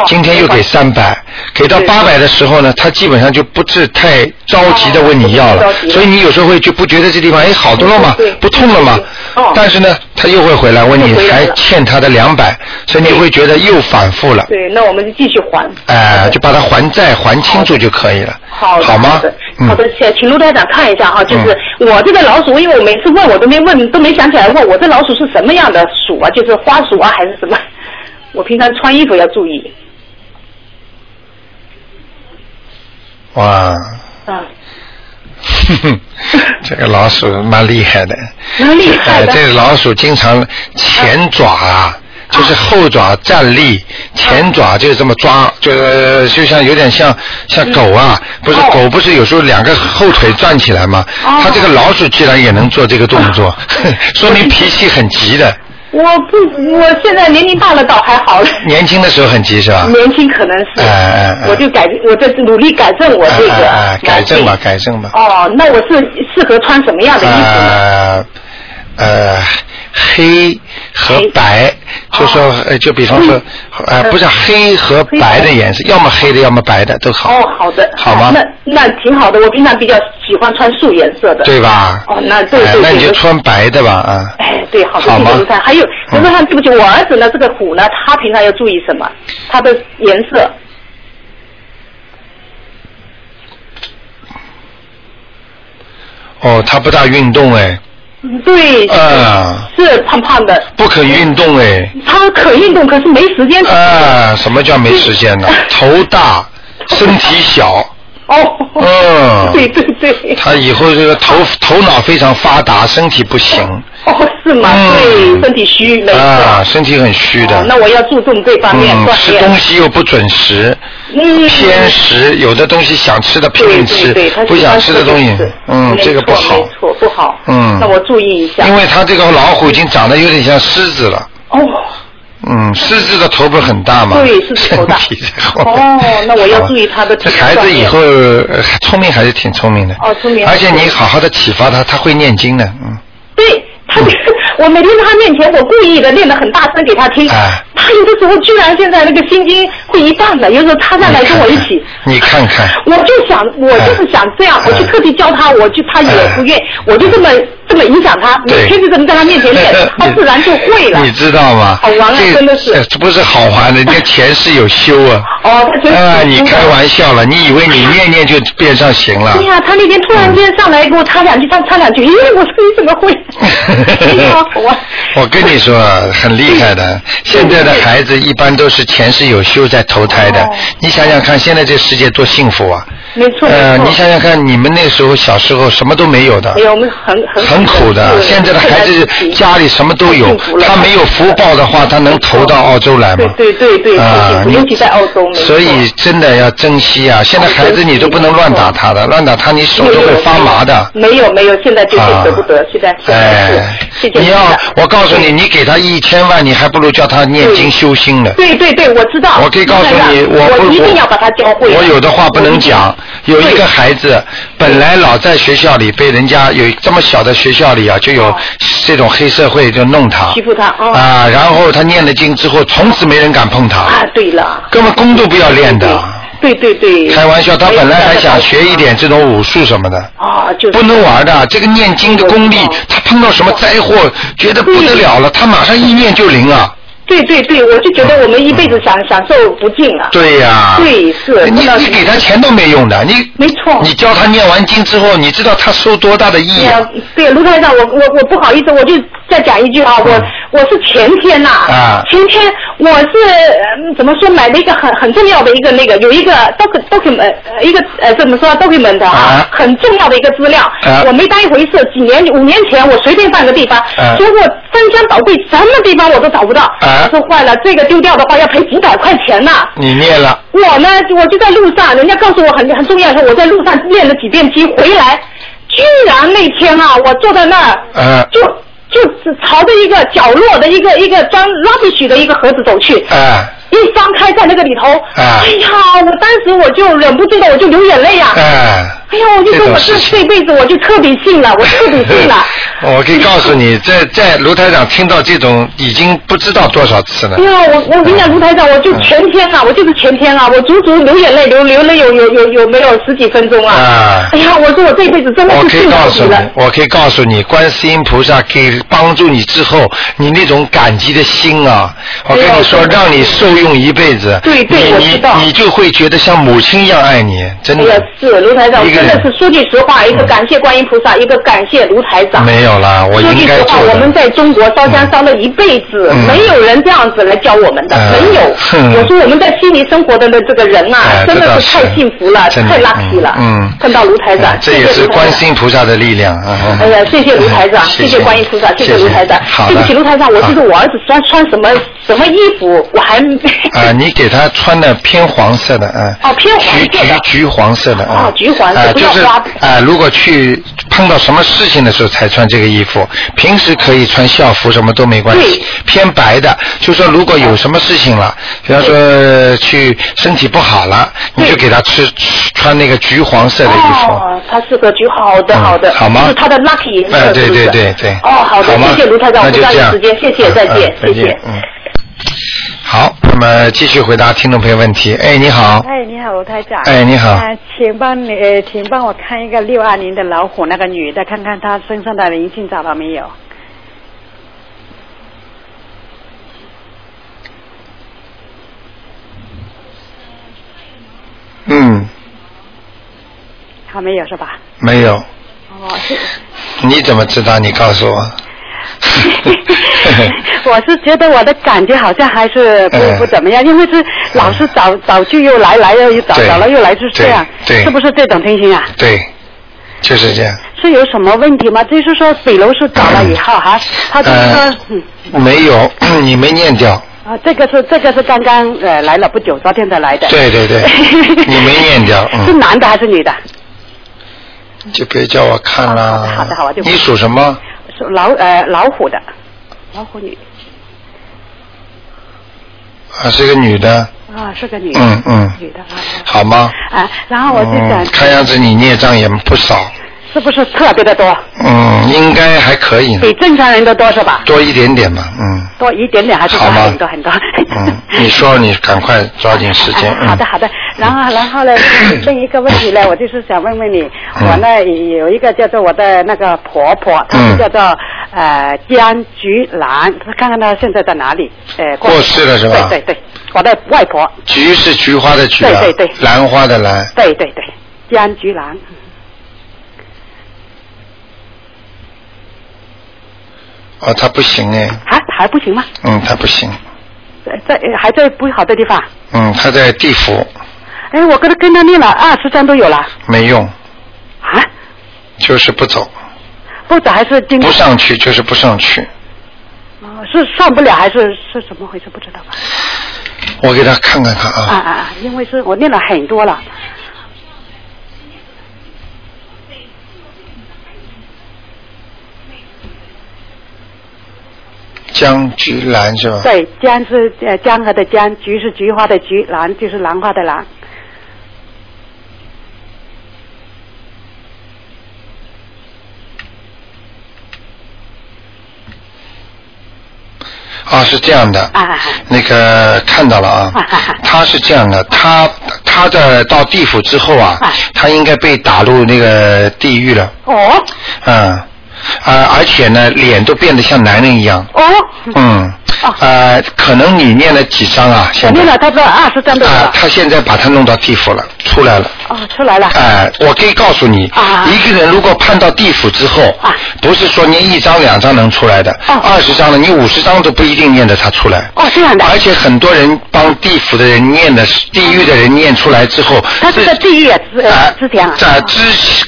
今天又给三百，给到对八百的时候呢，他基本上就不是太着急的问你要了，哦不是着急了所以你有时候会就不觉得这地方哎好多了嘛对，不痛了嘛、哦但是呢，他又会回来问你又回来还了欠他的两百，所以你会觉得又反复了，对，那我们就继续还。哎、好的就把它还债还清楚就可以了，好的，吗好的？嗯好的，请请卢台长看一下哈，就是我这个老鼠，因为我每次问我都没问，都没想起来问我这老鼠是什么样的鼠啊，就是花鼠啊还是什么？我平常穿衣服要注意。哇，啊，哼哼， (laughs) 这个老鼠蛮厉害的。蛮厉害哎，的。嗯这个老鼠经常前爪啊，就是后爪站立，前爪就这么抓，就就像有点像像狗啊，不是哦狗不是有时候两个后腿站起来吗？哦嗯它这个老鼠居然也能做这个动作， (laughs) 说明脾气很急的。我不，我现在年龄大了倒还好了。年轻的时候很急是吧？ (laughs) 年轻可能是，啊哎哎哎我就改，我在努力改正我哎这个、哎哎改正吧，。改正吧。哦，那我是适合穿什么样的衣服呢？呃呃，黑和黑白，就说哦呃，就比方嗯说，呃，不是黑和白的颜色，要么黑的，要么白的都好。哦，好的，好吗那那挺好的，我平常比较喜欢穿素颜色的。对吧？哦那对对哎对那你就对穿白的吧啊。哎， (clears throat) 对，好的，好谢吗嗯谢卢太。还有卢太，对不起，我儿子呢，这个虎呢，他平常要注意什么？它的颜色。哦，他不大运动哎，嗯对，啊，是胖胖的，不肯运动哎，他可运动，可是没时间。啊，什么叫没时间 (laughs) 呢？头大，身体小，哦，嗯 (laughs) 对对对，他以后这个头头脑非常发达，身体不行。哦，是吗？嗯对，身体虚，没错。啊，身体很虚的。哦那我要注重这方面嗯，锻吃炼。东西又不准时，嗯，偏食，有的东西想吃的拼命吃对对对，他，不想吃的东西喜欢吃就是，嗯，没这个不错好没。错，不好。嗯那我注意一下。因为它这个老虎已经长得有点像狮子了，哦。嗯，狮子的头不是很大嘛，对狮子头 (laughs) 大身体在后面哦那 (laughs) 我要注意它的这体孩质子以后呃聪明还是挺聪明的，哦聪明而且你好好的启发他，他会念经的，嗯，对他， (laughs) 我每天在他面前，我故意的练得很大声给他听。哎他有的时候居然现在那个心经会一半的，有时候他再来跟我一起。 (laughs) 你看看我就想，我就是想这样，哎我就特地教他，我就他也不愿，我就这么这么影响他，每对，天就这么在他面前 (laughs) 练 (laughs) 他自然就会了。你知道吗？好玩啊这真的是这不是好玩的，人家前世有修 (laughs) 啊。哦，他觉得啊，你真的开玩笑了，你以为你念念就变上行了对？哎呀、他那天突然嗯间上来给我插两句，他插两句，咦，我说你怎么 (laughs) 会？哎呀我我跟你说啊，很厉害的。现在的孩子一般都是前世有修在投胎的哦。你想想看，现在这世界多幸福啊！没错呃，没你错，想想看，你们那时候小时候什么都没有的哎。呀，我们很很很苦的，现在的孩子家里什么都有太幸福，了他没有福报的话，他能投到澳洲来吗？对对对对，啊太幸福你尤其在澳洲，没错所以真的要珍惜啊！现在孩子你都不能乱打他的，乱打他你手都会发麻的。啊没有没有，现在就是舍不得，现在现在哎是，谢谢你菩要萨我告诉你，你给他一千万，你还不如叫他念经修心呢。对对对，我知道。我可以告诉你，我我不一定要把他教会。啊我有的话不能我讲一定。有一对个孩子本来老在学校里被人家有这么小的学校里啊，就有这种黑社会就弄他欺负他哦啊，然后他念了经之后，从此没人敢碰啊他，，对了，根本功都不要练的。对对对。开玩笑，他本来还想学一点这种武术什么的，啊，就是不能玩的。这个念经的功哦力，他碰到什么灾祸，觉得不得了了，他马上一念就灵啊。对对对，我就觉得我们一辈子享享受不尽了。嗯对呀、对是你不知道你是给他钱都没用的，你没错你教他念完经之后，你知道他受多大的益对啊呀、对，卢台长，我我我不好意思，我就再讲一句啊，我、我是前天呐、嗯啊前天我是、嗯怎么说买了一个很很重要的一个那个有一个 doc document 呃一个呃怎么说 document 啊啊很重要的一个资料，啊我没当一回事，几年五年前我随便翻个地方，啊结果翻箱倒柜什么地方我都找不到，啊我说坏了，这个丢掉的话要赔几百块钱呐、你念了，我呢，我就在路上，人家告诉我很很重要的时候，我在路上练了几遍经，回来，居然那天啊，我坐在那儿，呃，就就只朝着一个角落的一个一个装 rubbish 的一个盒子走去，哎、一翻开在那个里头，啊哎呀，我当时我就忍不住的我就流眼泪呀、哎、哎呀，我就这说我这种事情这辈子我就彻底信了，我彻底 (laughs) 信了。我可以告诉你，在在卢台长听到这种已经不知道多少次 (laughs) 了哎。呀，我我跟你讲，卢台长，我就全天啊，我就是全天啊，我足足流眼泪流流了有有有有没有十几分钟啊！啊 (laughs) 哎呀，我说我这辈子真的我哦是可以信告到诉底你了，。我可以告诉你，观世音菩萨给帮助你之后，你那种感激的心啊，我跟你说，哎呦让你受用一辈子。对对你我知道你你就会觉得像母亲一样爱你，真哎呀的，。是卢台长，一个真人的是说句实话，一个感谢观音菩萨，一个感谢卢台长。没有啦，我说应句该实话，做的。我们在中国烧香烧了一辈子，嗯没有人这样子来教我们的，嗯没有。哼我说我们在悉尼生活的这个人啊，哎真这倒的是太幸福了，真的太 lucky 了。嗯嗯碰到卢台长哎，这也谢谢是卢台长观世音菩萨的力量啊！哎呀，谢谢卢 (laughs) 台长，嗯谢谢观音菩萨，谢谢卢台长好。的对不起，卢台长，我好记得我儿子穿穿什么什么衣服，我还没啊，你给他穿的偏黄色的，嗯，哦偏黄橘色的橘橘黄色的，嗯哦橘黄色啊不就要是花啊，如果去碰到什么事情的时候才穿这个衣服，平时可以穿校服，什么都没关系对。偏白的，就说如果有什么事情了，比方说去身体不好了，你就给他吃吃穿那个橘黄色的衣服。哦，他是个橘，好的嗯好的，好吗就是他的 lucky 颜哎色，对是不是对对对哦，好的，吗谢谢卢台长，我那不就耽这误样时间，谢谢，嗯再见嗯，谢再见谢。嗯。好，那么继续回答听众朋友问题。哎，你好，哎，你好，罗台长。哎你好啊、请帮你，呃请帮我看一个六二年的老虎，那个女的，看看她身上的灵性找到没有？嗯，还没有是吧？没有，哦，是 (laughs) 你怎么知道？你告诉我。 (laughs) 我是觉得我的感觉好像还是不、嗯不怎么样，因为是老是找找去又来，来了又找，对找了又来，就是这样，对对是不是这种情形啊？对，就是这样。是有什么问题吗？就是说，比如是找了以后哈，他就是说，嗯，呃、没有， (clears throat) 你没念掉。啊，这个是这个是刚刚呃来了不久，昨天才来的。对 (laughs) 对对你没念掉嗯是男的还是女的？就别叫我看了。好的好的好的你属什么？是老呃老虎的，老虎女啊，是个女的，啊，是个女的，嗯嗯女的啊。好吗？啊，啊然后我就想嗯，，看样子你孽障也不少。是不是特别的多，嗯，应该还可以呢，比正常人的多是吧？多一点点吧，嗯。多一点点还是多好吗很多很多。嗯你说，你赶快抓紧时间。 (laughs) 嗯哎好的好的，然后 (coughs) 然后呢，另一个问题呢，我就是想问问你，嗯我呢有一个叫做我的那个婆婆，她嗯是叫做呃江菊兰，看看她现在在哪里？呃，过世了是吧对对对，我的外婆，嗯菊是菊花的菊啊，对对对兰花的兰。对对对，江菊兰，哦，他不行哎，还还不行吗？嗯，他不行，在在还在不好的地方。嗯，他在地府哎，我跟她跟她念了二十张都有了没用，啊，就是不走，不走还是今不上去就是不上去。哦是上不了还是是怎么回事不知道吧？我给他看看看啊啊啊！因为是我念了很多了。江菊兰是吧？对，江是呃江河的江，菊是菊花的菊，兰就是兰花的兰。啊，是这样的啊啊啊，那个看到了啊啊啊啊，他是这样的，他他的到地府之后啊啊，他应该被打入那个地狱了，哦嗯，啊，而且呢，脸都变得像男人一样，哦，嗯哦，呃，可能你念了几张啊？我现在念了差不多二十张都有啊了，。他现在把他弄到地府了，出来了。哦，出来了。哎、我可以告诉你，啊一个人如果判到地府之后，啊不是说念一张两张能出来的，哦二十张的，你五十张都不一定念得他出来。哦，这样的。而且很多人帮地府的人念的，地狱的人念出来之后，他是自在地狱啊之呃哎之前啊在之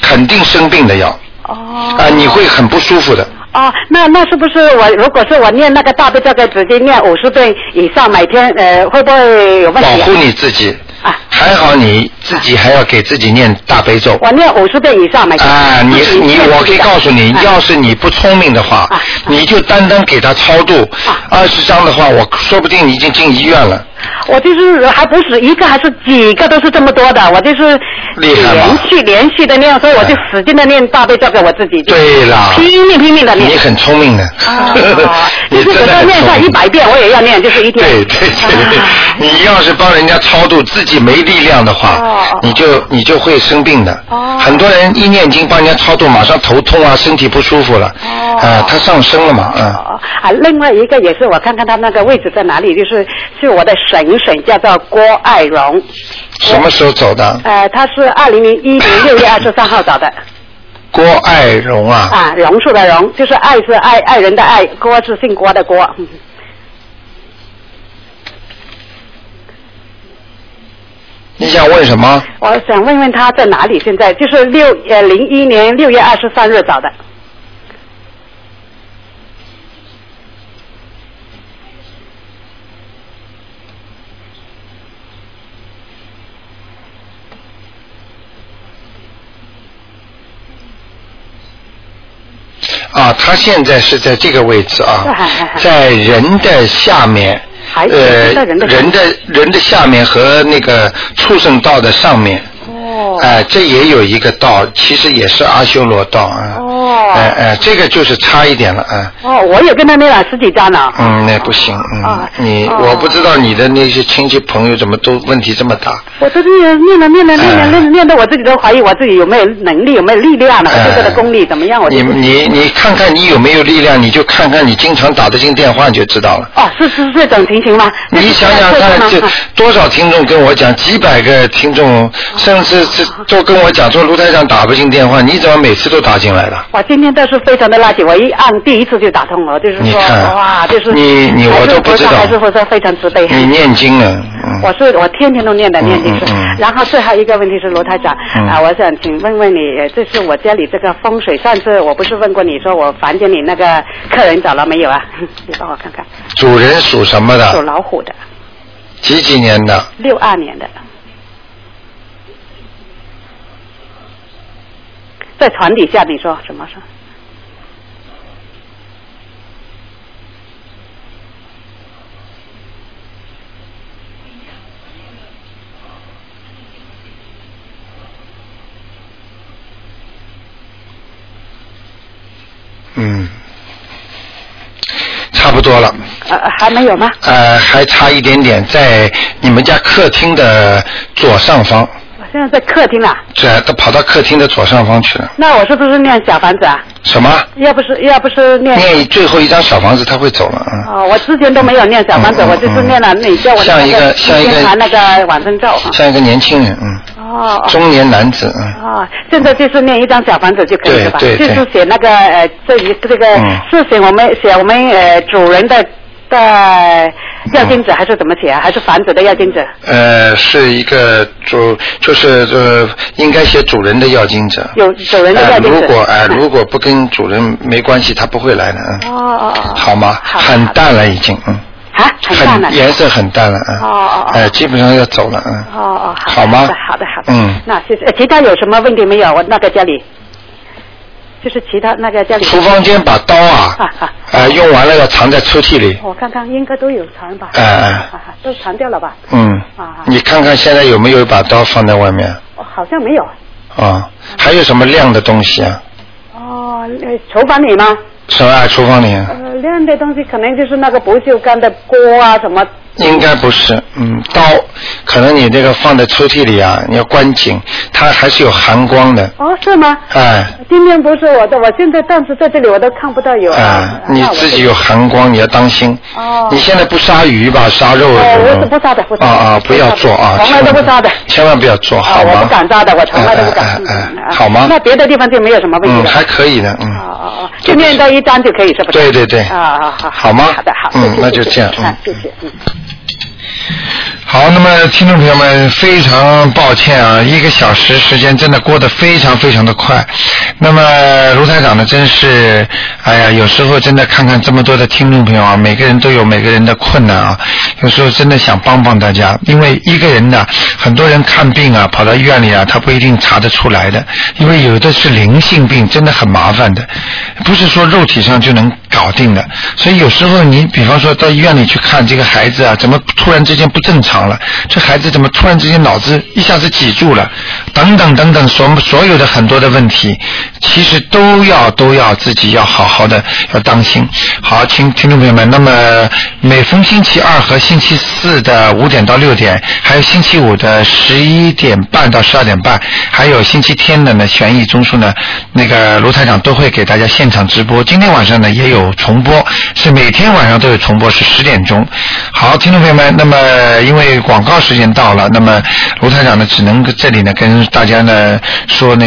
肯定生病的要，啊、哦。你会很不舒服的。哦，那那是不是我如果是我念那个大悲咒，该直接念五十遍以上，每天呃会不会有问保题、护你自己，啊？啊，还好你自己还要给自己念大悲咒。我念五十遍以上每天。啊，你自己你，念我自可己以的告诉你，啊要是你不聪明的话啊，你就单单给他超度二十张的话，我说不定你已经进医院了。我就是还不是一个，还是几个，都是这么多的。我就是厉害吧连续连续的念，所以我就使劲的念大悲咒给我自己，就对啦，拼命拼命的你念。很聪明的， (laughs) 啊你就是真我的要很念上聪一明。百遍，我也要念，就是一天。对对对对啊， (laughs) 你要是帮人家超度自己没力量的话哦哦，你就你就会生病的。哦很多人一念经帮人家超度，马上头痛啊，身体不舒服了。哦啊，他上升了嘛，啊。哦啊，另外一个也是，我看看他那个位置在哪里，就是是我的婶婶，叫做郭爱荣，什么时候走的？呃，她是二零零一年六月二十三号 (laughs) 找的，郭爱荣啊，啊，榕树的榕，就是爱是爱爱人的爱，郭是姓郭的郭，嗯你想问什么？我想问问他在哪里？现在就是六呃零一年六月二十三日找的。啊，他现在是在这个位置啊哎哎，哎在人的下面，还呃，哎是在人的人的人的下面和那个畜生道的上面，哦哎、这也有一个道，其实也是阿修罗道啊。哦哎哎，这个就是差一点了啊。哦，我也跟他念了十几张了。嗯，那不行，嗯啊，你哦我不知道你的那些亲戚朋友怎么都问题这么大，我都是念了念了念了哎念了念的，我自己都怀疑我自己有没有能力，有没有力量了，我自己的功力怎么样？我就啊你你你看看你有没有力量，你就看看你经常打得进电话你就知道了。哦，是是是这种情形吗？你想想看，这这多少听众跟我讲，几百个听哦众，甚至是都跟我讲说卢台长打不进电话，你怎么每次都打进来了？我今天倒是非常的垃圾，我一按第一次就打通了，就是你说看哇，就是你你我还是都不知道还是说非常慈悲。你啊念经了，嗯我是我天天都念的念经是，嗯嗯嗯然后最后一个问题是罗台长、嗯啊，我想请问问你，呃这是我家里这个风水，上次我不是问过你说我房间里那个客人找了没有啊？ (laughs) 你帮我看看，主人属什么属的？老虎的，几几年的？六二年的，在床底下，你说什么事？嗯，差不多了。呃，还没有吗？呃，还差一点点，在你们家客厅的左上方，我现在在客厅啊，这都跑到客厅的左上方去了。那我是不是念小房子啊？什么？要不是要不是念念最后一张小房子，他会走了。嗯。哦，我之前都没有念小房子，嗯嗯我就是念了你叫我的像那一个像一个金坛那个往生咒。像一个年轻人，嗯，哦哦中年男子，嗯，哦，现在就是念一张小房子就可以了吧？对对对就是写那个呃，这一这个嗯是写我们写我们呃主人的的要金嗯子还是怎么写啊？还是房子的要金子？呃，是一个主，就是呃，应该写主人的要经者。有主人的呃，要金如子？果哎、呃如果不跟主人没关系，他不会来的，嗯，哦哦哦，好吗？好的很好的淡了已经，嗯，啊，很大呢。颜色很淡了，嗯，哦哦哦呃，基本上要走了，嗯，哦哦，好的好吗好的好的，好的嗯那谢谢。呃其他有什么问题没有？我那个家里，就是其他那个家里。厨房间把刀啊，啊啊呃，用完了要藏在抽屉里，我看看，哦应该都有藏吧？哎哎啊，都藏掉了吧？嗯啊，你看看现在有没有一把刀放在外面哦好像没有。啊？还有什么亮的东西啊？哦，呃厨房里吗？什么、啊？厨房里啊？呃，晾的东西可能就是那个不锈钢的锅啊，什么应该不是，嗯，刀可能你这个放在抽屉里啊，你要关紧，它还是有寒光的，哦，是吗？哎今天不是我的，我现在暂时在这里我都看不到有啊哎，你哦那我自己有寒光，你要当心。哦你现在不杀鱼吧，杀肉哦什么我是不杀的不杀的啊啊，不要做啊，从来都不杀的千万不要做，啊，好吗？我不敢扎的，我从来都不敢哎。哎哎嗯哎好吗那？别的地方就没有什么问题嗯，了。还可以的，嗯。哦哦哦，就念到一张就可以是不是？对对对啊啊好，好吗好的好，嗯谢谢那就谢谢这样嗯啊谢谢，嗯。好，那么听众朋友们，非常抱歉啊，一个小时时间真的过得非常非常的快。那么卢台长呢，真是，哎呀，有时候真的看看这么多的听众朋友啊，每个人都有每个人的困难啊，有时候真的想帮帮大家，因为一个人呢，很多人看病啊，跑到医院里啊，他不一定查得出来的，因为有的是灵性病，真的很麻烦的，不是说肉体上就能搞定的。所以有时候你，比方说到医院里去看这个孩子啊，怎么突然之间不正常了？这孩子怎么突然之间脑子一下子挤住了？等等等等，所所有的很多的问题，其实都要都要自己要好好的要当心。好，听听众朋友们，那么每逢星期二和星期四的五点到六点，还有星期五的十一点半到十二点半，还有星期天的呢悬疑综述呢，那个卢台长都会给大家现场直播。今天晚上呢也有重播，是每天晚上都有重播，是十点钟。好，听众朋友们，那么因为广告时间到了，那么卢台长呢只能这里呢跟大家呢说那。